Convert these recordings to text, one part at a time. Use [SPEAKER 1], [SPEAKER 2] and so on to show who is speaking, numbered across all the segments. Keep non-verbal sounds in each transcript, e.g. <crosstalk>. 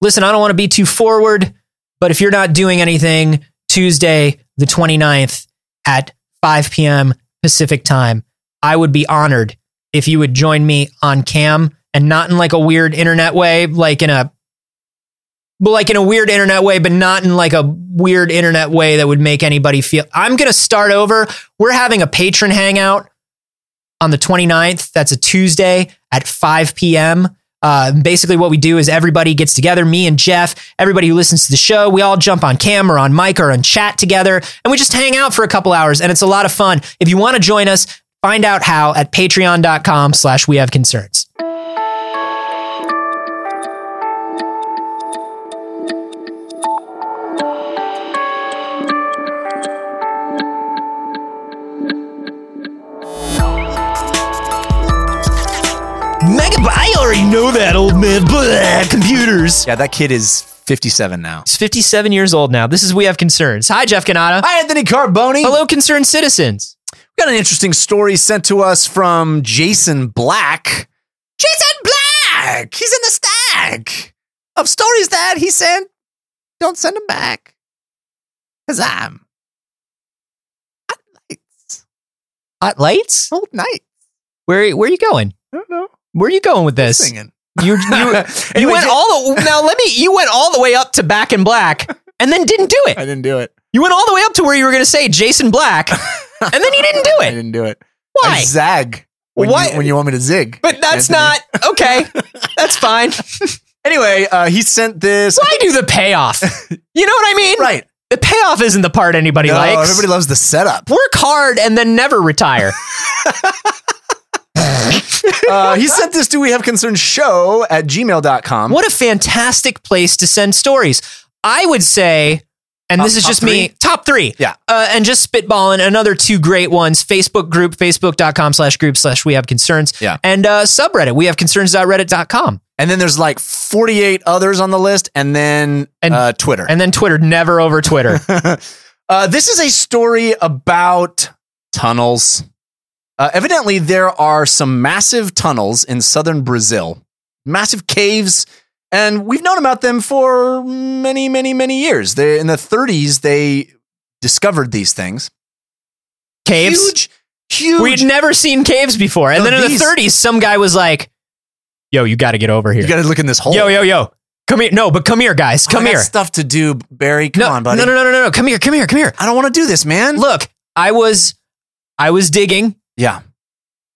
[SPEAKER 1] listen, I don't want to be too forward, but if you're not doing anything Tuesday, the 29th at 5 p.m. Pacific time, I would be honored if you would join me on cam and not in like a weird internet way, like in a but like in a weird internet way, but not in like a weird internet way that would make anybody feel. I'm going to start over. We're having a patron hangout on the 29th. That's a Tuesday at 5 p.m. Uh, basically, what we do is everybody gets together, me and Jeff, everybody who listens to the show. We all jump on cam or on mic or on chat together, and we just hang out for a couple hours, and it's a lot of fun. If you want to join us, find out how at patreon.com slash we have concerns. Megabyte, I already know that, old man. Blah, computers.
[SPEAKER 2] Yeah, that kid is 57 now.
[SPEAKER 1] He's 57 years old now. This is We Have Concerns. Hi, Jeff Canada.
[SPEAKER 2] Hi, Anthony Carboni.
[SPEAKER 1] Hello, concerned citizens.
[SPEAKER 2] We got an interesting story sent to us from Jason Black. Jason Black! He's in the stack of stories that he sent. Don't send them back. Because I'm hot lights.
[SPEAKER 1] Hot lights?
[SPEAKER 2] Old night.
[SPEAKER 1] Where, where are you going?
[SPEAKER 2] I don't know.
[SPEAKER 1] Where are you going with this?
[SPEAKER 2] <laughs> Singing.
[SPEAKER 1] You, you, you
[SPEAKER 2] <laughs> Anyway,
[SPEAKER 1] went
[SPEAKER 2] Ja-
[SPEAKER 1] all the now. Let me. You went all the way up to Back in Black, and then didn't do
[SPEAKER 2] I
[SPEAKER 1] it.
[SPEAKER 2] didn't do it.
[SPEAKER 1] You went all the way up to where you were going to say Jason Black, and then you didn't do
[SPEAKER 2] I <laughs>
[SPEAKER 1] it.
[SPEAKER 2] didn't do it. I
[SPEAKER 1] Why?
[SPEAKER 2] zag when,
[SPEAKER 1] Why-
[SPEAKER 2] You, when you want me to zig.
[SPEAKER 1] But that's
[SPEAKER 2] Anthony.
[SPEAKER 1] not okay. That's fine.
[SPEAKER 2] Anyway, uh, he sent this.
[SPEAKER 1] Why do the payoff? You know what I mean?
[SPEAKER 2] Right.
[SPEAKER 1] The payoff isn't the part anybody
[SPEAKER 2] No,
[SPEAKER 1] likes.
[SPEAKER 2] everybody loves the setup.
[SPEAKER 1] Work hard and then never retire.
[SPEAKER 2] <laughs> Uh, he sent this to we have concerned show at gmail.com.
[SPEAKER 1] what a fantastic place to send stories. I would say, and this
[SPEAKER 2] Top-
[SPEAKER 1] is
[SPEAKER 2] top
[SPEAKER 1] just me,
[SPEAKER 2] three?
[SPEAKER 1] top three.
[SPEAKER 2] Yeah.
[SPEAKER 1] Uh, and just spitballing another two great ones Facebook group, facebook.com slash group slash we have concerns.
[SPEAKER 2] Yeah.
[SPEAKER 1] And uh, subreddit, we have concerns.reddit.com.
[SPEAKER 2] And then there's like 48 others on the list, and then
[SPEAKER 1] And-
[SPEAKER 2] uh, Twitter.
[SPEAKER 1] And then Twitter, never over
[SPEAKER 2] <laughs>
[SPEAKER 1] Twitter.
[SPEAKER 2] uh, this is a story about tunnels. Uh, evidently, there are some massive tunnels in southern Brazil, massive caves, and we've known about them for many, many, many years. They, in the 30s, they discovered these things.
[SPEAKER 1] Caves.
[SPEAKER 2] Huge, huge.
[SPEAKER 1] We'd never seen caves before. And
[SPEAKER 2] No,
[SPEAKER 1] then in
[SPEAKER 2] these-
[SPEAKER 1] the 30s, some guy was like, yo, you got to get over
[SPEAKER 2] you
[SPEAKER 1] here.
[SPEAKER 2] got to look in this hole.
[SPEAKER 1] Yo, yo, yo. Come here. No, but come here, guys.
[SPEAKER 2] I
[SPEAKER 1] Come
[SPEAKER 2] got
[SPEAKER 1] here.
[SPEAKER 2] Stuff to do, Barry. Oh, Come
[SPEAKER 1] No,
[SPEAKER 2] on,
[SPEAKER 1] no,
[SPEAKER 2] buddy.
[SPEAKER 1] no, no, no, no. Come here. Come here. Come here.
[SPEAKER 2] I don't want to do this, man.
[SPEAKER 1] Look, I was. I was digging
[SPEAKER 2] Yeah.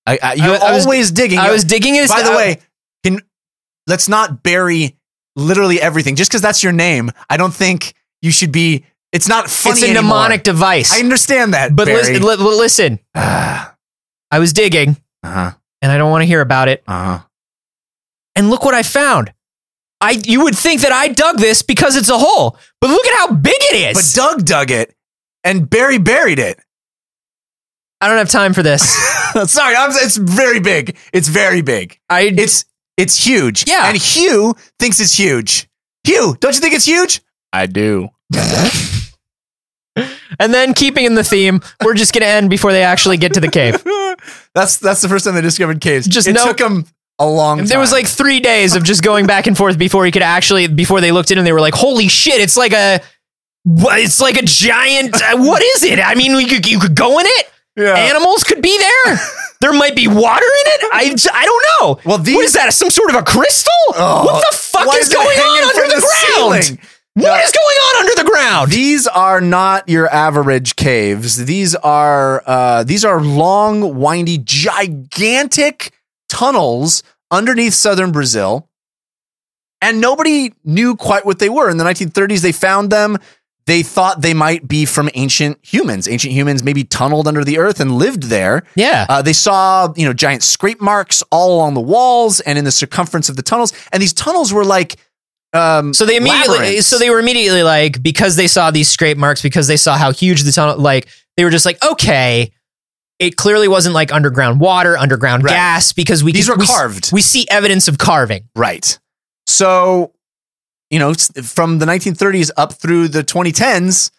[SPEAKER 2] I, I, you're
[SPEAKER 1] I was-
[SPEAKER 2] always digging.
[SPEAKER 1] I was digging uh, in.
[SPEAKER 2] By the
[SPEAKER 1] I-
[SPEAKER 2] way, can let's not bury literally everything just because that's your name. I don't think you should be. It's not funny.
[SPEAKER 1] it's a
[SPEAKER 2] anymore.
[SPEAKER 1] mnemonic device.
[SPEAKER 2] I understand that,
[SPEAKER 1] but
[SPEAKER 2] Barry.
[SPEAKER 1] listen, li- li- listen,
[SPEAKER 2] uh
[SPEAKER 1] I was digging,
[SPEAKER 2] huh.
[SPEAKER 1] and I don't want to hear about it.
[SPEAKER 2] Uh huh.
[SPEAKER 1] And look what I found. I you would think that I dug this because it's a hole, but look at how big it
[SPEAKER 2] But
[SPEAKER 1] is.
[SPEAKER 2] Doug dug it, and Barry buried it.
[SPEAKER 1] <laughs> I don't have time for this.
[SPEAKER 2] Sorry, I'm, it's very big. It's very big.
[SPEAKER 1] I
[SPEAKER 2] It's it's huge.
[SPEAKER 1] Yeah.
[SPEAKER 2] And Hugh thinks it's huge. Hugh, don't you think it's huge? I do.
[SPEAKER 1] and then keeping in the theme, we're just gonna end before they actually get to the cave.
[SPEAKER 2] that's that's the first time they discovered caves.
[SPEAKER 1] Just
[SPEAKER 2] it
[SPEAKER 1] no-
[SPEAKER 2] took them a long time.
[SPEAKER 1] There was like three days of just going back and forth before he could actually before they looked in and they were like, "Holy shit! It's like a." wha- It's like a giant.
[SPEAKER 2] <laughs>
[SPEAKER 1] uh, What is it? I mean, you could, you could go in it.
[SPEAKER 2] yeah.
[SPEAKER 1] animals could be there.
[SPEAKER 2] <laughs>
[SPEAKER 1] there might be water in it. I, j- I don't know.
[SPEAKER 2] Well, these-
[SPEAKER 1] what is that? Some sort of a crystal?
[SPEAKER 2] Oh,
[SPEAKER 1] what the fuck
[SPEAKER 2] why
[SPEAKER 1] is,
[SPEAKER 2] it
[SPEAKER 1] going
[SPEAKER 2] hanging
[SPEAKER 1] on
[SPEAKER 2] from
[SPEAKER 1] under the, ground?
[SPEAKER 2] ceiling?
[SPEAKER 1] What is going on under the ground?
[SPEAKER 2] These are not your average caves. These are uh, these are long, windy, gigantic tunnels underneath southern Brazil, and nobody knew quite what they were. In the 1930s, they found them. They thought they might be from ancient humans. Ancient humans maybe tunneled under the earth and lived there.
[SPEAKER 1] Yeah.
[SPEAKER 2] Uh, they saw, you know, giant scrape marks all along the walls and in the circumference of the tunnels. And these tunnels were like, um,
[SPEAKER 1] so they immediately
[SPEAKER 2] labyrinths.
[SPEAKER 1] so they were immediately like because they saw these scrape marks because they saw how huge the tunnel like they were just like okay it clearly wasn't like underground water underground
[SPEAKER 2] Right.
[SPEAKER 1] gas because we
[SPEAKER 2] these
[SPEAKER 1] could-
[SPEAKER 2] were
[SPEAKER 1] we s-
[SPEAKER 2] carved,
[SPEAKER 1] we see evidence of carving
[SPEAKER 2] right? So, you know, s- from the 1930s up through the 2010s,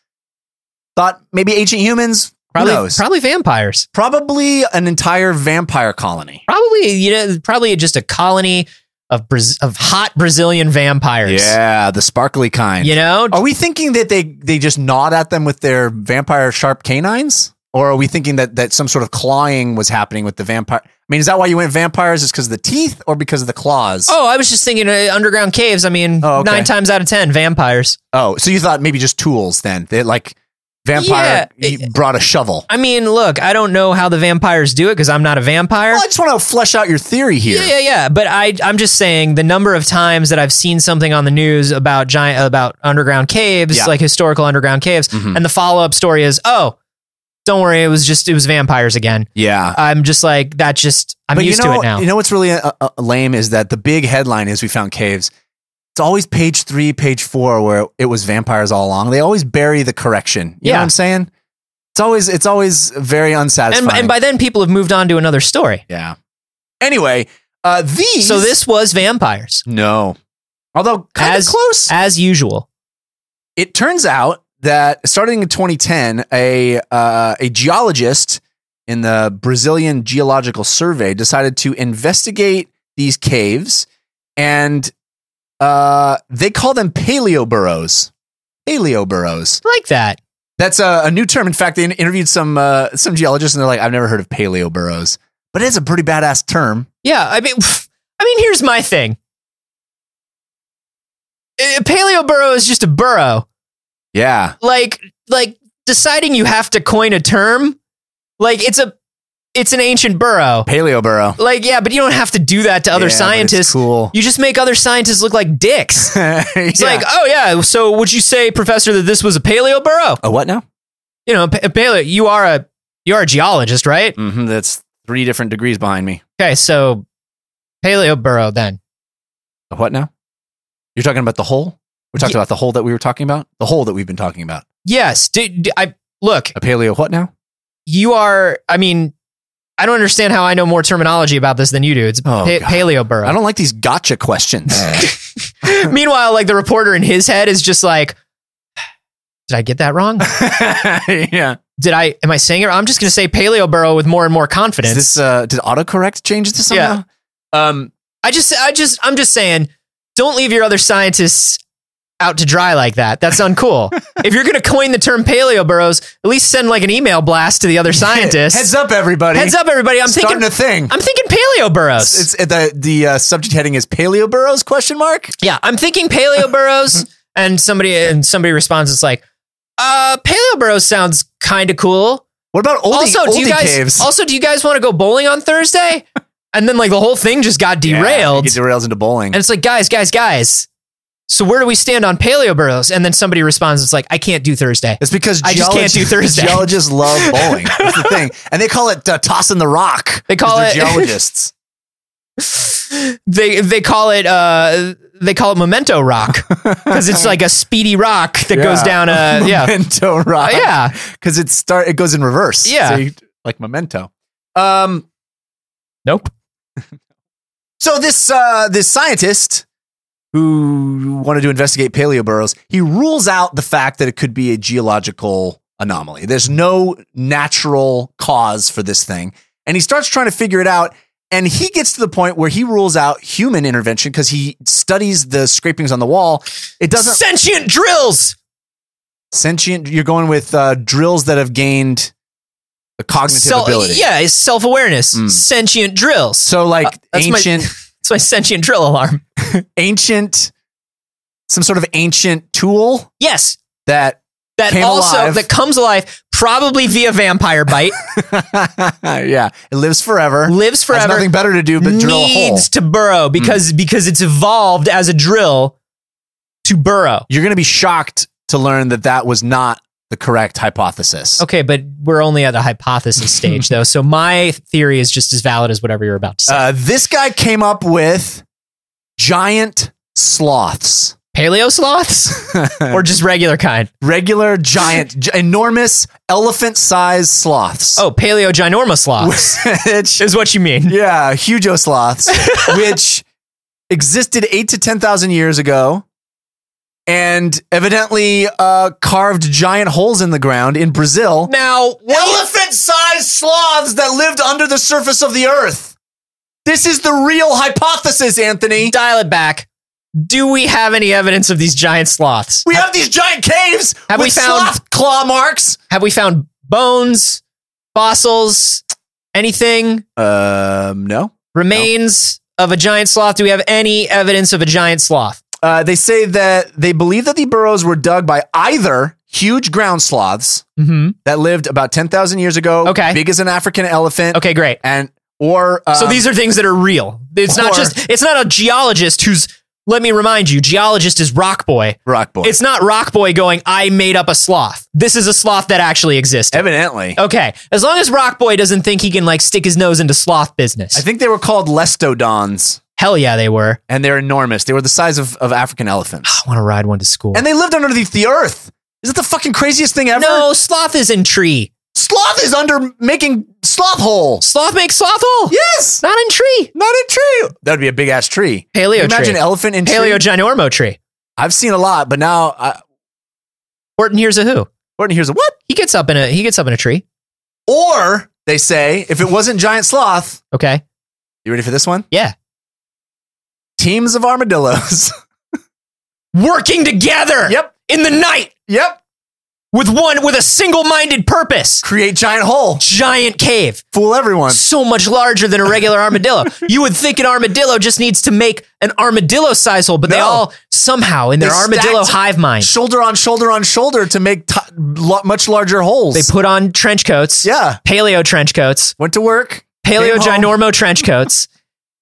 [SPEAKER 2] thought maybe ancient humans.
[SPEAKER 1] probably
[SPEAKER 2] who knows?
[SPEAKER 1] probably vampires
[SPEAKER 2] probably an entire vampire colony.
[SPEAKER 1] probably you know probably just a colony of Braz- of hot Brazilian vampires.
[SPEAKER 2] Yeah, Oh. the sparkly kind.
[SPEAKER 1] You know,
[SPEAKER 2] Are we thinking that they they just gnawed at them with their vampire sharp canines? Or are we thinking that that some sort of clawing was happening with the vampire? I mean, is that why you went vampires? Is because of the teeth or because of the claws?
[SPEAKER 1] Oh, I was just thinking uh, underground caves. I mean,
[SPEAKER 2] Oh, okay.
[SPEAKER 1] nine times out of ten, vampires.
[SPEAKER 2] Oh, so you thought maybe just tools then? They like vampire
[SPEAKER 1] Yeah,
[SPEAKER 2] you brought a shovel.
[SPEAKER 1] I mean, look, I don't know how the vampires do it because I'm not a vampire.
[SPEAKER 2] Well, I just want to flesh out your theory here.
[SPEAKER 1] Yeah, yeah, yeah. But I, I'm just saying the number of times that I've seen something on the news about giant about underground caves,
[SPEAKER 2] Yeah.
[SPEAKER 1] like historical underground caves,
[SPEAKER 2] Mhm.
[SPEAKER 1] and the follow up story is, oh, don't worry, it was just it was vampires again.
[SPEAKER 2] Yeah.
[SPEAKER 1] I'm just like that. Just I'm
[SPEAKER 2] But
[SPEAKER 1] used
[SPEAKER 2] you know,
[SPEAKER 1] to it now.
[SPEAKER 2] You know what's really uh, uh, lame is that the big headline is we found caves. It's always page three, page four, where it was vampires all along. They always bury the correction. You know
[SPEAKER 1] Yeah.
[SPEAKER 2] what I'm saying? It's always it's always very unsatisfying.
[SPEAKER 1] and and by then people have moved on to another story.
[SPEAKER 2] yeah. Anyway, uh, these
[SPEAKER 1] So this was vampires
[SPEAKER 2] no, although kind
[SPEAKER 1] As-
[SPEAKER 2] of close.
[SPEAKER 1] as usual.
[SPEAKER 2] it turns out that starting in 2010, a uh, a geologist in the Brazilian Geological Survey decided to investigate these caves, and uh, they call them paleo burrows. Paleo burrows.
[SPEAKER 1] Like that.
[SPEAKER 2] That's a, a new term. In fact, they interviewed some uh, some geologists, and they're like, "I've never heard of paleo burrows, but it's a pretty badass term."
[SPEAKER 1] Yeah, I mean, I mean, here's my thing. A paleo burrow is just a burrow.
[SPEAKER 2] Yeah,
[SPEAKER 1] Like, like deciding you have to coin a term, like it's a, it's an ancient burrow.
[SPEAKER 2] paleo burrow.
[SPEAKER 1] Like, yeah, but you don't have to do that to other
[SPEAKER 2] Yeah, but it's
[SPEAKER 1] scientists.
[SPEAKER 2] cool. <laughs>
[SPEAKER 1] You just make other scientists look like dicks.
[SPEAKER 2] it's
[SPEAKER 1] It's like, oh yeah, so would you say, Professor, that this was a paleo burrow?
[SPEAKER 2] a what now?
[SPEAKER 1] You know, pa- paleo. You are a, you are a geologist, right?
[SPEAKER 2] Mm-hmm, that's three different degrees behind me.
[SPEAKER 1] Okay, so paleo burrow then.
[SPEAKER 2] A what now? You're talking about the hole? We talked
[SPEAKER 1] Ye-
[SPEAKER 2] about the hole that we were talking about? The hole that we've been talking about.
[SPEAKER 1] Yes. Did, did I look?
[SPEAKER 2] A paleo what now?
[SPEAKER 1] you are i mean i don't understand how i know more terminology about this than you do it's
[SPEAKER 2] Oh,
[SPEAKER 1] pa-
[SPEAKER 2] God.
[SPEAKER 1] paleo burrow
[SPEAKER 2] I don't like these gotcha <laughs> questions. <laughs>
[SPEAKER 1] meanwhile like the reporter in his head is just like did i get that wrong
[SPEAKER 2] <laughs> yeah.
[SPEAKER 1] did i am i saying it i'm just going to say paleo burrow with more and more confidence
[SPEAKER 2] Is this uh did autocorrect change this somehow? Um
[SPEAKER 1] i just i just i'm just saying don't leave your other scientists out to dry like that that's uncool
[SPEAKER 2] <laughs>
[SPEAKER 1] if you're going to coin the term paleo burrows at least send like an email blast to the other scientists
[SPEAKER 2] <laughs> Heads up everybody.
[SPEAKER 1] Heads up, everybody i'm
[SPEAKER 2] Starting
[SPEAKER 1] thinking
[SPEAKER 2] a thing.
[SPEAKER 1] i'm thinking paleo burrows
[SPEAKER 2] it's, it's- the the uh, subject heading is paleo burrows question mark?
[SPEAKER 1] Yeah, I'm thinking paleo burrows,
[SPEAKER 2] <laughs>
[SPEAKER 1] and somebody and somebody responds. It's like, uh, paleo burrows sounds kind of cool.
[SPEAKER 2] What about oldie,
[SPEAKER 1] also, do you
[SPEAKER 2] oldie
[SPEAKER 1] guys
[SPEAKER 2] caves?
[SPEAKER 1] also do you guys want to go bowling on Thursday? And then like the whole thing just got
[SPEAKER 2] Yeah,
[SPEAKER 1] derailed,
[SPEAKER 2] it derails into bowling.
[SPEAKER 1] and it's like, guys, guys, guys. So where do we stand on paleo burrows? And then somebody responds. It's like, I can't do Thursday.
[SPEAKER 2] It's because
[SPEAKER 1] I just can't do
[SPEAKER 2] geologists-
[SPEAKER 1] Thursday.
[SPEAKER 2] Geologists love bowling. That's the <laughs> thing, and they call it uh, tossing the rock.
[SPEAKER 1] They call
[SPEAKER 2] 'cause they're
[SPEAKER 1] it-
[SPEAKER 2] geologists.
[SPEAKER 1] <laughs> They they call it uh they call it memento rock because it's like a speedy rock that goes
[SPEAKER 2] Yeah.
[SPEAKER 1] down a Uh, yeah
[SPEAKER 2] <laughs> memento rock.
[SPEAKER 1] Uh, yeah
[SPEAKER 2] because it start it goes in reverse.
[SPEAKER 1] Yeah.
[SPEAKER 2] So you- like memento. Um,
[SPEAKER 1] nope
[SPEAKER 2] so this uh, this scientist who wanted to investigate paleo burrows, he rules out the fact that it could be a geological anomaly. There's no natural cause for this thing, and he starts trying to figure it out. And he gets to the point where he rules out human intervention because he studies the scrapings on the wall. It doesn't
[SPEAKER 1] sentient drills
[SPEAKER 2] sentient. You're going with uh, drills that have gained a cognitive
[SPEAKER 1] Sel-
[SPEAKER 2] ability.
[SPEAKER 1] uh, Yeah, it's self awareness,
[SPEAKER 2] Mm.
[SPEAKER 1] sentient drills.
[SPEAKER 2] So like
[SPEAKER 1] that's my-
[SPEAKER 2] ancient,
[SPEAKER 1] <laughs> it's my sentient drill alarm.
[SPEAKER 2] ancient, some sort of ancient tool
[SPEAKER 1] Yes,
[SPEAKER 2] that. <laughs>
[SPEAKER 1] that
[SPEAKER 2] Came
[SPEAKER 1] also
[SPEAKER 2] alive.
[SPEAKER 1] that comes alive probably via vampire
[SPEAKER 2] <laughs>
[SPEAKER 1] bite,
[SPEAKER 2] yeah, it lives forever.
[SPEAKER 1] lives
[SPEAKER 2] Has
[SPEAKER 1] forever,
[SPEAKER 2] nothing better to do but drill a hole. Hmm.
[SPEAKER 1] needs to burrow because because it's evolved as a drill to burrow.
[SPEAKER 2] You're going to be shocked to learn that that was not the correct hypothesis.
[SPEAKER 1] Okay, but we're only at the hypothesis
[SPEAKER 2] <laughs>
[SPEAKER 1] stage though, so my theory is just as valid as whatever you're about to say.
[SPEAKER 2] Uh, this guy came up with giant sloths.
[SPEAKER 1] Paleo sloths
[SPEAKER 2] <laughs>
[SPEAKER 1] or just regular kind? <laughs>
[SPEAKER 2] Regular, giant, gi- enormous, elephant-sized sloths.
[SPEAKER 1] Oh, paleo ginormous sloths
[SPEAKER 2] <laughs>
[SPEAKER 1] <laughs>
[SPEAKER 2] Which-
[SPEAKER 1] is what you
[SPEAKER 2] <laughs>
[SPEAKER 1] mean.
[SPEAKER 2] Yeah,
[SPEAKER 1] <laughs>
[SPEAKER 2] Hugo sloths, which existed eight to ten thousand years ago, and evidently uh, carved giant holes in the ground in Brazil.
[SPEAKER 1] Now, what
[SPEAKER 2] Elephant-sized sloths that lived under the surface of the earth. This is the real hypothesis, Anthony.
[SPEAKER 1] Dial it back. Do we have any evidence of these giant sloths?
[SPEAKER 2] We have these giant caves
[SPEAKER 1] Have we
[SPEAKER 2] with
[SPEAKER 1] found-
[SPEAKER 2] sloth claw marks.
[SPEAKER 1] Have we found bones, fossils, anything,
[SPEAKER 2] Um, no.
[SPEAKER 1] remains of a giant sloth? Do we have any evidence of a giant sloth?
[SPEAKER 2] Uh, they say that they believe that the burrows were dug by either huge ground sloths
[SPEAKER 1] Mm-hmm.
[SPEAKER 2] that lived about 10,000 years ago,
[SPEAKER 1] Okay.
[SPEAKER 2] big as an African elephant,
[SPEAKER 1] Okay, great.
[SPEAKER 2] and or um,
[SPEAKER 1] so these are things that are real. It's not
[SPEAKER 2] or-
[SPEAKER 1] just. It's not a geologist who's. Let me remind you, geologist is rock boy.
[SPEAKER 2] rock boys.
[SPEAKER 1] It's not rock boy going. I made up a sloth. This is a sloth that actually existed.
[SPEAKER 2] Evidently.
[SPEAKER 1] Okay, as long as rock boy doesn't think he can like stick his nose into sloth business.
[SPEAKER 2] I think they were called lestodons,
[SPEAKER 1] Hell yeah, they were.
[SPEAKER 2] and they're enormous. They were the size of, of
[SPEAKER 1] <sighs>
[SPEAKER 2] African elephants.
[SPEAKER 1] I want to ride one to school.
[SPEAKER 2] and they lived underneath the earth. Is that the fucking craziest thing ever?
[SPEAKER 1] no, sloth is in tree.
[SPEAKER 2] Sloth is under making
[SPEAKER 1] <laughs>
[SPEAKER 2] sloth holes.
[SPEAKER 1] Sloth makes sloth hole.
[SPEAKER 2] Yes.
[SPEAKER 1] Not in tree.
[SPEAKER 2] Not a tree. That would be a big ass tree.
[SPEAKER 1] Paleo
[SPEAKER 2] Imagine
[SPEAKER 1] tree.
[SPEAKER 2] elephant in
[SPEAKER 1] Paleo
[SPEAKER 2] tree.
[SPEAKER 1] ginormo tree.
[SPEAKER 2] I've seen a lot, but now I,
[SPEAKER 1] Orton hears a who.
[SPEAKER 2] Orton hears a what?
[SPEAKER 1] He gets up in a he gets up in a tree.
[SPEAKER 2] Or they say if it wasn't giant sloth,
[SPEAKER 1] Okay.
[SPEAKER 2] you ready for this one?
[SPEAKER 1] Yeah.
[SPEAKER 2] Teams
[SPEAKER 1] <laughs>
[SPEAKER 2] of armadillos.
[SPEAKER 1] Working together
[SPEAKER 2] yep.
[SPEAKER 1] in the night
[SPEAKER 2] Yep.
[SPEAKER 1] with one with a single-minded purpose.
[SPEAKER 2] Create giant hole.
[SPEAKER 1] Giant cave.
[SPEAKER 2] Fool everyone.
[SPEAKER 1] So much larger than a regular
[SPEAKER 2] <laughs>
[SPEAKER 1] armadillo. you would think an armadillo just needs to make an armadillo size hole, but they
[SPEAKER 2] No.
[SPEAKER 1] all somehow in their
[SPEAKER 2] They
[SPEAKER 1] armadillo
[SPEAKER 2] stacked-
[SPEAKER 1] hive mind,
[SPEAKER 2] Shoulder on shoulder on shoulder to make t- lo- much larger holes.
[SPEAKER 1] they put on trench coats.
[SPEAKER 2] yeah.
[SPEAKER 1] Paleo trench coats.
[SPEAKER 2] Went to work.
[SPEAKER 1] paleo
[SPEAKER 2] Came home.
[SPEAKER 1] ginormo trench coats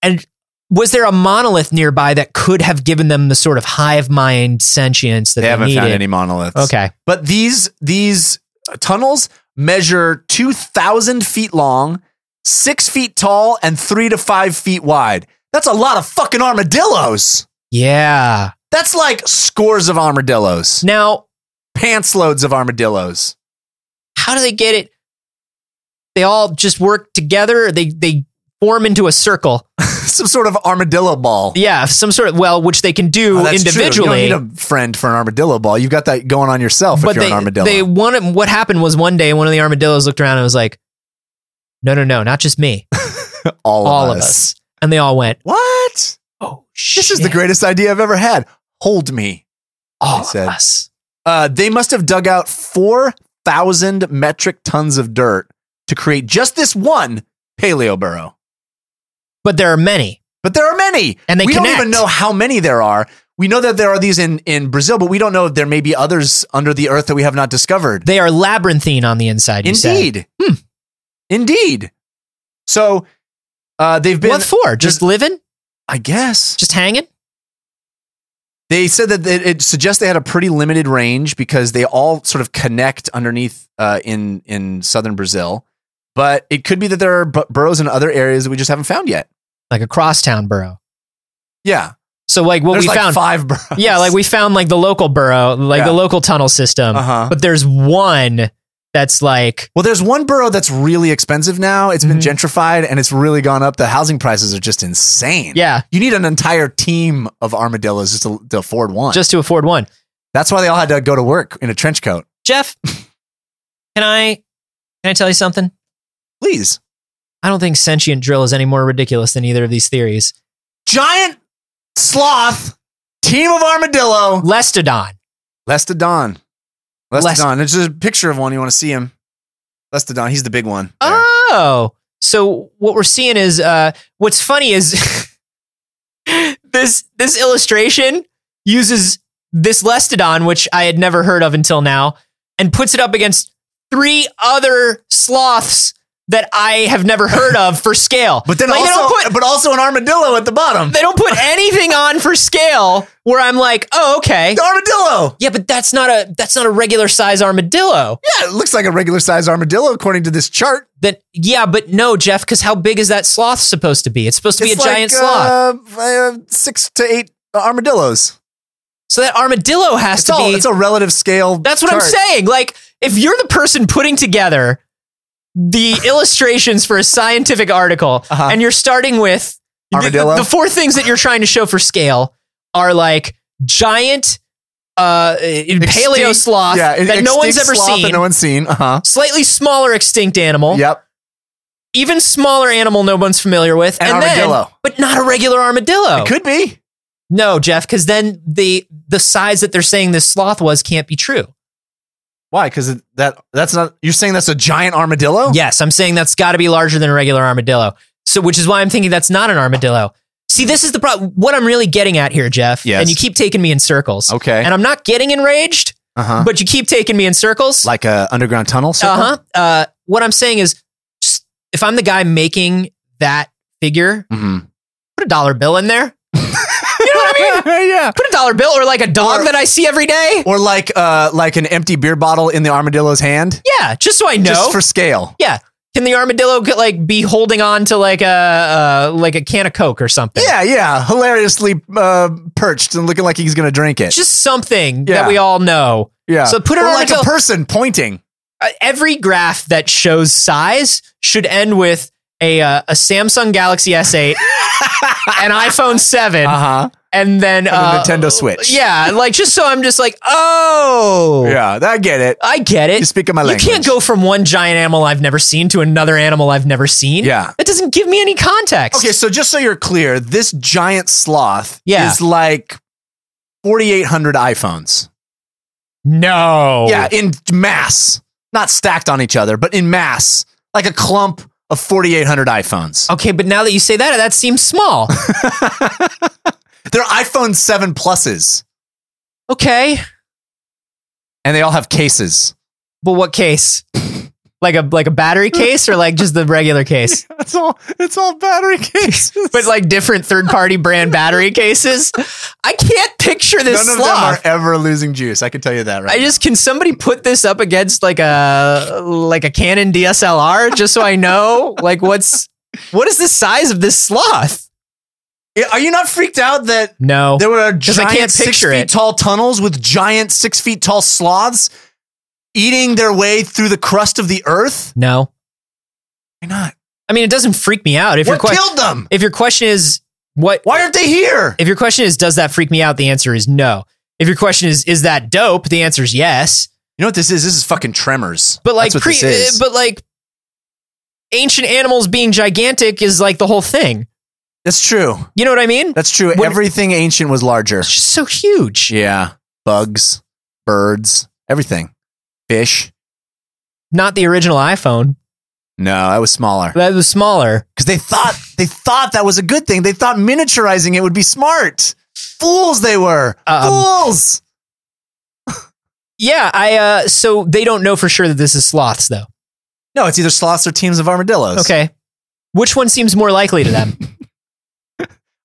[SPEAKER 1] and was there a monolith nearby that could have given them the sort of hive mind sentience that
[SPEAKER 2] They
[SPEAKER 1] they,
[SPEAKER 2] haven't
[SPEAKER 1] needed
[SPEAKER 2] found any monoliths.
[SPEAKER 1] okay
[SPEAKER 2] But these these uh, tunnels measure two thousand feet long, six feet tall, and three to five feet wide. That's a lot of fucking armadillos.
[SPEAKER 1] yeah
[SPEAKER 2] That's like scores of armadillos,
[SPEAKER 1] now
[SPEAKER 2] pants loads of armadillos.
[SPEAKER 1] how do they get it they all just work together they they form into a circle
[SPEAKER 2] <laughs> Some sort of armadillo ball.
[SPEAKER 1] yeah <laughs> some sort of well which they can do
[SPEAKER 2] Oh, that's true.
[SPEAKER 1] individually
[SPEAKER 2] you don't need a friend for an armadillo ball. You've got that going on yourself if
[SPEAKER 1] but
[SPEAKER 2] you're
[SPEAKER 1] they,
[SPEAKER 2] an armadillo.
[SPEAKER 1] they one what happened was one day one of the armadillos looked around and was like no no no not just me
[SPEAKER 2] all,
[SPEAKER 1] all of us and they all went
[SPEAKER 2] What?
[SPEAKER 1] oh
[SPEAKER 2] This is the greatest idea I've ever had. Hold me.
[SPEAKER 1] all of
[SPEAKER 2] said.
[SPEAKER 1] us
[SPEAKER 2] Uh, they must have dug out 4,000 metric tons of dirt to create just this one paleo burrow.
[SPEAKER 1] but there are many
[SPEAKER 2] But there are many.
[SPEAKER 1] and they
[SPEAKER 2] we
[SPEAKER 1] connect.
[SPEAKER 2] don't even know how many there are. We know that there are these in, in Brazil, but we don't know if there may be others under the earth that we have not discovered.
[SPEAKER 1] They are labyrinthine on the inside. You said. Hmm.
[SPEAKER 2] Indeed. Indeed. So uh, they've been,
[SPEAKER 1] what for? Just living?
[SPEAKER 2] I guess.
[SPEAKER 1] Just hanging?
[SPEAKER 2] They said that it, it suggests they had a pretty limited range because they all sort of connect underneath uh, in in southern Brazil, but it could be that there are bu- burrows in other areas that we just haven't found yet.
[SPEAKER 1] Like a crosstown burrow.
[SPEAKER 2] Yeah,
[SPEAKER 1] So like what
[SPEAKER 2] there's
[SPEAKER 1] we
[SPEAKER 2] like
[SPEAKER 1] found.
[SPEAKER 2] five burrows.
[SPEAKER 1] yeah, like
[SPEAKER 2] <laughs>
[SPEAKER 1] we found like the local burrow, like
[SPEAKER 2] Yeah.
[SPEAKER 1] the local tunnel system.
[SPEAKER 2] Uh huh.
[SPEAKER 1] But there's one that's like
[SPEAKER 2] Well, there's one burrow that's really expensive now. It's been
[SPEAKER 1] Mhm.
[SPEAKER 2] gentrified and it's really gone up. The housing prices are just insane.
[SPEAKER 1] yeah,
[SPEAKER 2] You need an entire team of armadillos just to, to afford one.
[SPEAKER 1] just to afford one.
[SPEAKER 2] That's why they all had to go to work in a trench coat. <laughs>
[SPEAKER 1] Jeff, can I can I tell you something?
[SPEAKER 2] Please.
[SPEAKER 1] I don't think sentient drill is any more ridiculous than either of these theories.
[SPEAKER 2] Giant sloth, team of armadillo.
[SPEAKER 1] Lestodon.
[SPEAKER 2] Lestodon.
[SPEAKER 1] Lest-
[SPEAKER 2] Lestodon. There's just a picture of one. You want to see him? Lestodon. He's the big one. There.
[SPEAKER 1] Oh, so what we're seeing is uh, what's funny is <laughs> this this illustration uses this lestodon, which I had never heard of until now, and puts it up against three other sloths that I have never heard of for scale.
[SPEAKER 2] But then
[SPEAKER 1] Like, they
[SPEAKER 2] also,
[SPEAKER 1] don't put
[SPEAKER 2] but also an armadillo at the bottom.
[SPEAKER 1] they don't put anything on for scale where I'm like, oh, okay.
[SPEAKER 2] The armadillo.
[SPEAKER 1] Yeah, but that's not a that's not a regular size armadillo.
[SPEAKER 2] Yeah, it looks like a regular sized armadillo according to this chart.
[SPEAKER 1] Then yeah, but no, Jeff, because how big is that sloth supposed to be? It's supposed to be
[SPEAKER 2] It's
[SPEAKER 1] a
[SPEAKER 2] like,
[SPEAKER 1] giant sloth.
[SPEAKER 2] Uh, uh, six to eight uh, armadillos.
[SPEAKER 1] So that armadillo has
[SPEAKER 2] It's
[SPEAKER 1] to
[SPEAKER 2] all.
[SPEAKER 1] be.
[SPEAKER 2] It's a relative scale.
[SPEAKER 1] that's what I'm
[SPEAKER 2] chart.
[SPEAKER 1] saying. Like, if you're the person putting together the
[SPEAKER 2] <laughs>
[SPEAKER 1] illustrations for a scientific article,
[SPEAKER 2] Uh-huh.
[SPEAKER 1] and you're starting with the-
[SPEAKER 2] Armadillo?
[SPEAKER 1] The, four things that you're trying to show for scale are like giant, uh, paleo sloth
[SPEAKER 2] Yeah,
[SPEAKER 1] that no one's
[SPEAKER 2] extinct
[SPEAKER 1] ever
[SPEAKER 2] sloth
[SPEAKER 1] seen,
[SPEAKER 2] That no one's seen. Uh huh.
[SPEAKER 1] slightly smaller extinct animal,
[SPEAKER 2] Uh-huh. Yep.
[SPEAKER 1] even smaller animal no one's familiar with,
[SPEAKER 2] An
[SPEAKER 1] and then- Oh.
[SPEAKER 2] armadillo.
[SPEAKER 1] but not a regular armadillo.
[SPEAKER 2] It could be.
[SPEAKER 1] No, Jeff, because then the the size that they're saying this sloth was can't be true.
[SPEAKER 2] Why? Because that that's not. You're saying that's a giant armadillo?
[SPEAKER 1] Yes, I'm saying that's got to be larger than a regular armadillo. So, which is why I'm thinking that's not an armadillo. See, this is the problem. What I'm really getting at here, Jeff,
[SPEAKER 2] Yes.
[SPEAKER 1] and you keep taking me in circles,
[SPEAKER 2] Okay.
[SPEAKER 1] and I'm not getting enraged,
[SPEAKER 2] Uh huh.
[SPEAKER 1] but you keep taking me in circles.
[SPEAKER 2] Like a underground tunnel. circle?
[SPEAKER 1] uh-huh. Uh What I'm saying is, just- if I'm the guy making that figure,
[SPEAKER 2] Mhm.
[SPEAKER 1] put a dollar bill in
[SPEAKER 2] <laughs>
[SPEAKER 1] there. <laughs> you know what I mean?
[SPEAKER 2] yeah.
[SPEAKER 1] Put a dollar bill or like a dog
[SPEAKER 2] Or-
[SPEAKER 1] that I see every day.
[SPEAKER 2] Or like uh like an empty beer bottle in the armadillo's hand.
[SPEAKER 1] Yeah, just so I know.
[SPEAKER 2] Just for scale.
[SPEAKER 1] Can the armadillo get, like be holding on to like a uh, like a can of Coke or something?
[SPEAKER 2] Yeah, yeah. Hilariously uh, perched and looking like he's gonna drink it.
[SPEAKER 1] just something
[SPEAKER 2] Yeah.
[SPEAKER 1] that we all know.
[SPEAKER 2] yeah.
[SPEAKER 1] so put
[SPEAKER 2] or
[SPEAKER 1] an
[SPEAKER 2] like a
[SPEAKER 1] armadillo-
[SPEAKER 2] person pointing.
[SPEAKER 1] Uh, every graph that shows size should end with a uh, a Samsung Galaxy
[SPEAKER 2] <laughs>
[SPEAKER 1] S8, an iPhone 7,
[SPEAKER 2] Uh huh.
[SPEAKER 1] and then
[SPEAKER 2] a
[SPEAKER 1] uh,
[SPEAKER 2] Nintendo Switch.
[SPEAKER 1] Yeah, like just so I'm just like, oh,
[SPEAKER 2] Yeah, I get it.
[SPEAKER 1] I get
[SPEAKER 2] You
[SPEAKER 1] it.
[SPEAKER 2] speak in my
[SPEAKER 1] You
[SPEAKER 2] language.
[SPEAKER 1] can't go from one giant animal I've never seen to another animal I've never seen.
[SPEAKER 2] Yeah.
[SPEAKER 1] that doesn't give me any context.
[SPEAKER 2] Okay, so just so you're clear, this giant sloth
[SPEAKER 1] Yeah.
[SPEAKER 2] is like 4,800 iPhones.
[SPEAKER 1] no.
[SPEAKER 2] Yeah, in mass, not stacked on each other, but in mass, like a clump of 4,800 iPhones.
[SPEAKER 1] Okay, but now that you say that, that seems small.
[SPEAKER 2] <laughs> They're iPhone 7 pluses,
[SPEAKER 1] okay.
[SPEAKER 2] and they all have cases.
[SPEAKER 1] But what case? Like a like a battery case or like just the regular
[SPEAKER 2] <laughs>
[SPEAKER 1] case?
[SPEAKER 2] It's all it's all battery <laughs> cases.
[SPEAKER 1] But like different third party brand battery cases? I can't picture this
[SPEAKER 2] none of
[SPEAKER 1] sloth.
[SPEAKER 2] them are ever losing juice. I can tell you that right.
[SPEAKER 1] I just can somebody put this up against like a like a Canon DSLR just so I know like what's what is the size of this sloth?
[SPEAKER 2] now. are you not freaked out that
[SPEAKER 1] No.
[SPEAKER 2] There were
[SPEAKER 1] 'Cause I
[SPEAKER 2] giant
[SPEAKER 1] can't
[SPEAKER 2] six
[SPEAKER 1] picture
[SPEAKER 2] feet
[SPEAKER 1] it.
[SPEAKER 2] tall tunnels with giant six feet tall sloths eating their way through the crust of the earth.
[SPEAKER 1] No.
[SPEAKER 2] Why not?
[SPEAKER 1] I mean it doesn't freak me out. If your
[SPEAKER 2] what
[SPEAKER 1] question
[SPEAKER 2] killed them?
[SPEAKER 1] if your question is what
[SPEAKER 2] Why aren't they here?
[SPEAKER 1] If your question is, does that freak me out? The answer is no. If your question is, is that dope? The answer is yes.
[SPEAKER 2] You know what this is? This is fucking Tremors.
[SPEAKER 1] But like,
[SPEAKER 2] That's what
[SPEAKER 1] pre,
[SPEAKER 2] this is.
[SPEAKER 1] uh, but like, ancient animals being gigantic is like the whole thing.
[SPEAKER 2] That's true.
[SPEAKER 1] You know what I mean?
[SPEAKER 2] That's true.
[SPEAKER 1] When-
[SPEAKER 2] everything ancient was larger.
[SPEAKER 1] It's just so huge.
[SPEAKER 2] Yeah, bugs, birds, everything, fish.
[SPEAKER 1] Not the original iPhone.
[SPEAKER 2] No, I was smaller
[SPEAKER 1] That was smaller.
[SPEAKER 2] because they thought they thought that was a good thing. They thought miniaturizing it would be smart. Fools they were.
[SPEAKER 1] Um,
[SPEAKER 2] Fools.
[SPEAKER 1] Yeah, I. uh So they don't know for sure that this is sloths, though.
[SPEAKER 2] No, it's either sloths or teams of armadillos.
[SPEAKER 1] Okay, which one seems more likely to
[SPEAKER 2] <laughs>
[SPEAKER 1] them?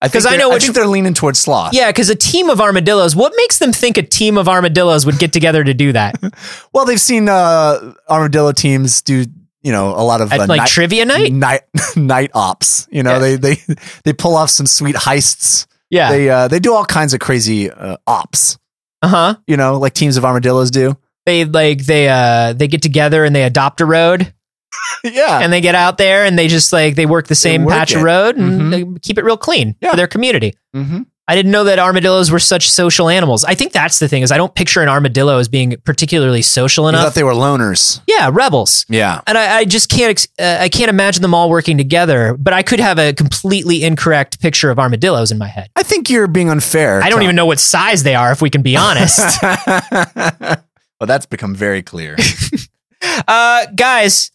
[SPEAKER 2] I think
[SPEAKER 1] 'Cause I
[SPEAKER 2] they're-
[SPEAKER 1] know
[SPEAKER 2] I
[SPEAKER 1] which-
[SPEAKER 2] think they're leaning towards sloth.
[SPEAKER 1] yeah, because a team of armadillos. What makes them think a team of armadillos would get together to do
[SPEAKER 2] <laughs>
[SPEAKER 1] that
[SPEAKER 2] Well, they've seen uh, armadillo teams do you know a lot of
[SPEAKER 1] at
[SPEAKER 2] uh,
[SPEAKER 1] like trivia
[SPEAKER 2] night,
[SPEAKER 1] night?
[SPEAKER 2] night <laughs> night ops. You know
[SPEAKER 1] Yeah.
[SPEAKER 2] they they they pull off some sweet heists.
[SPEAKER 1] Yeah.
[SPEAKER 2] They uh, they do all kinds of crazy uh, ops.
[SPEAKER 1] uh huh.
[SPEAKER 2] You know, like teams of armadillos do.
[SPEAKER 1] they like they uh they get together and they adopt a road
[SPEAKER 2] <laughs> yeah,
[SPEAKER 1] and they get out there and they just like they work the same
[SPEAKER 2] work
[SPEAKER 1] patch
[SPEAKER 2] it.
[SPEAKER 1] of road and
[SPEAKER 2] Mhm.
[SPEAKER 1] they keep it real clean
[SPEAKER 2] Yeah.
[SPEAKER 1] for their community.
[SPEAKER 2] mm-hmm.
[SPEAKER 1] I didn't know that armadillos were such social animals. I think that's the thing is I don't picture an armadillo as being particularly social
[SPEAKER 2] you
[SPEAKER 1] enough.
[SPEAKER 2] thought they were loners.
[SPEAKER 1] yeah, rebels.
[SPEAKER 2] Yeah,
[SPEAKER 1] And I, I just can't ex- uh, I can't imagine them all working together. But I could have a completely incorrect picture of armadillos in my head.
[SPEAKER 2] I think you're being unfair.
[SPEAKER 1] I don't even know what size they are, if we can be
[SPEAKER 2] <laughs>
[SPEAKER 1] honest.
[SPEAKER 2] well, that's become very clear.
[SPEAKER 1] uh, guys,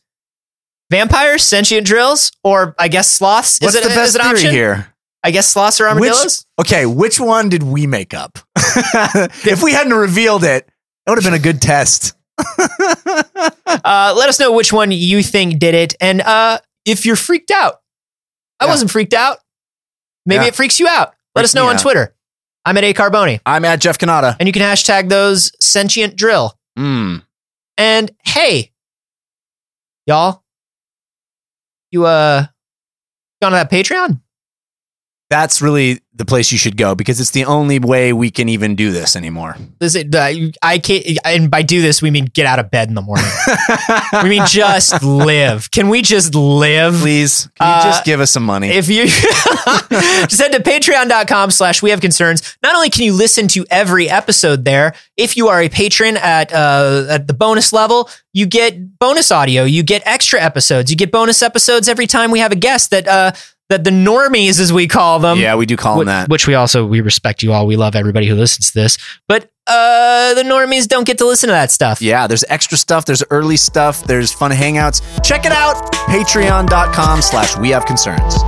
[SPEAKER 1] vampires, sentient drills, or I guess sloths.
[SPEAKER 2] What's
[SPEAKER 1] is it
[SPEAKER 2] the best
[SPEAKER 1] is it an
[SPEAKER 2] theory
[SPEAKER 1] option?
[SPEAKER 2] here?
[SPEAKER 1] I guess sloths or armadillos.
[SPEAKER 2] Which, okay, which one did we make up? <laughs> if we hadn't revealed it, that would have been a good test. <laughs>
[SPEAKER 1] Uh, let us know which one you think did it, and uh, if you're freaked out. I
[SPEAKER 2] Yeah.
[SPEAKER 1] wasn't freaked out. Maybe
[SPEAKER 2] Yeah.
[SPEAKER 1] it freaks you out. Let
[SPEAKER 2] Freaks
[SPEAKER 1] us know
[SPEAKER 2] me
[SPEAKER 1] on
[SPEAKER 2] out.
[SPEAKER 1] Twitter. I'm at a Carboni,
[SPEAKER 2] I'm at Jeff Canada.
[SPEAKER 1] and you can hashtag those sentient drill.
[SPEAKER 2] Mm.
[SPEAKER 1] And hey, y'all, you uh, gone to that Patreon?
[SPEAKER 2] that's really the place you should go because it's the only way we can even do this anymore.
[SPEAKER 1] This is, I, I can't, and by do this, we mean get out of bed in the morning. we mean just live. Can we just live?
[SPEAKER 2] Please, can you
[SPEAKER 1] Uh,
[SPEAKER 2] just give us some money?
[SPEAKER 1] If you <laughs> just head to patreon.com slash we have concerns, not only can you listen to every episode there, if you are a patron at uh, at the bonus level, you get bonus audio, you get extra episodes, you get bonus episodes every time we have a guest that uh that the normies as we call them.
[SPEAKER 2] yeah, we do call
[SPEAKER 1] whi-
[SPEAKER 2] them that.
[SPEAKER 1] Which we also we respect you all. We love everybody who listens to this. But uh the normies don't get to listen to that stuff.
[SPEAKER 2] yeah, there's extra stuff. There's early stuff. There's fun hangouts. Check it out. Patreon.com slash we have concerns.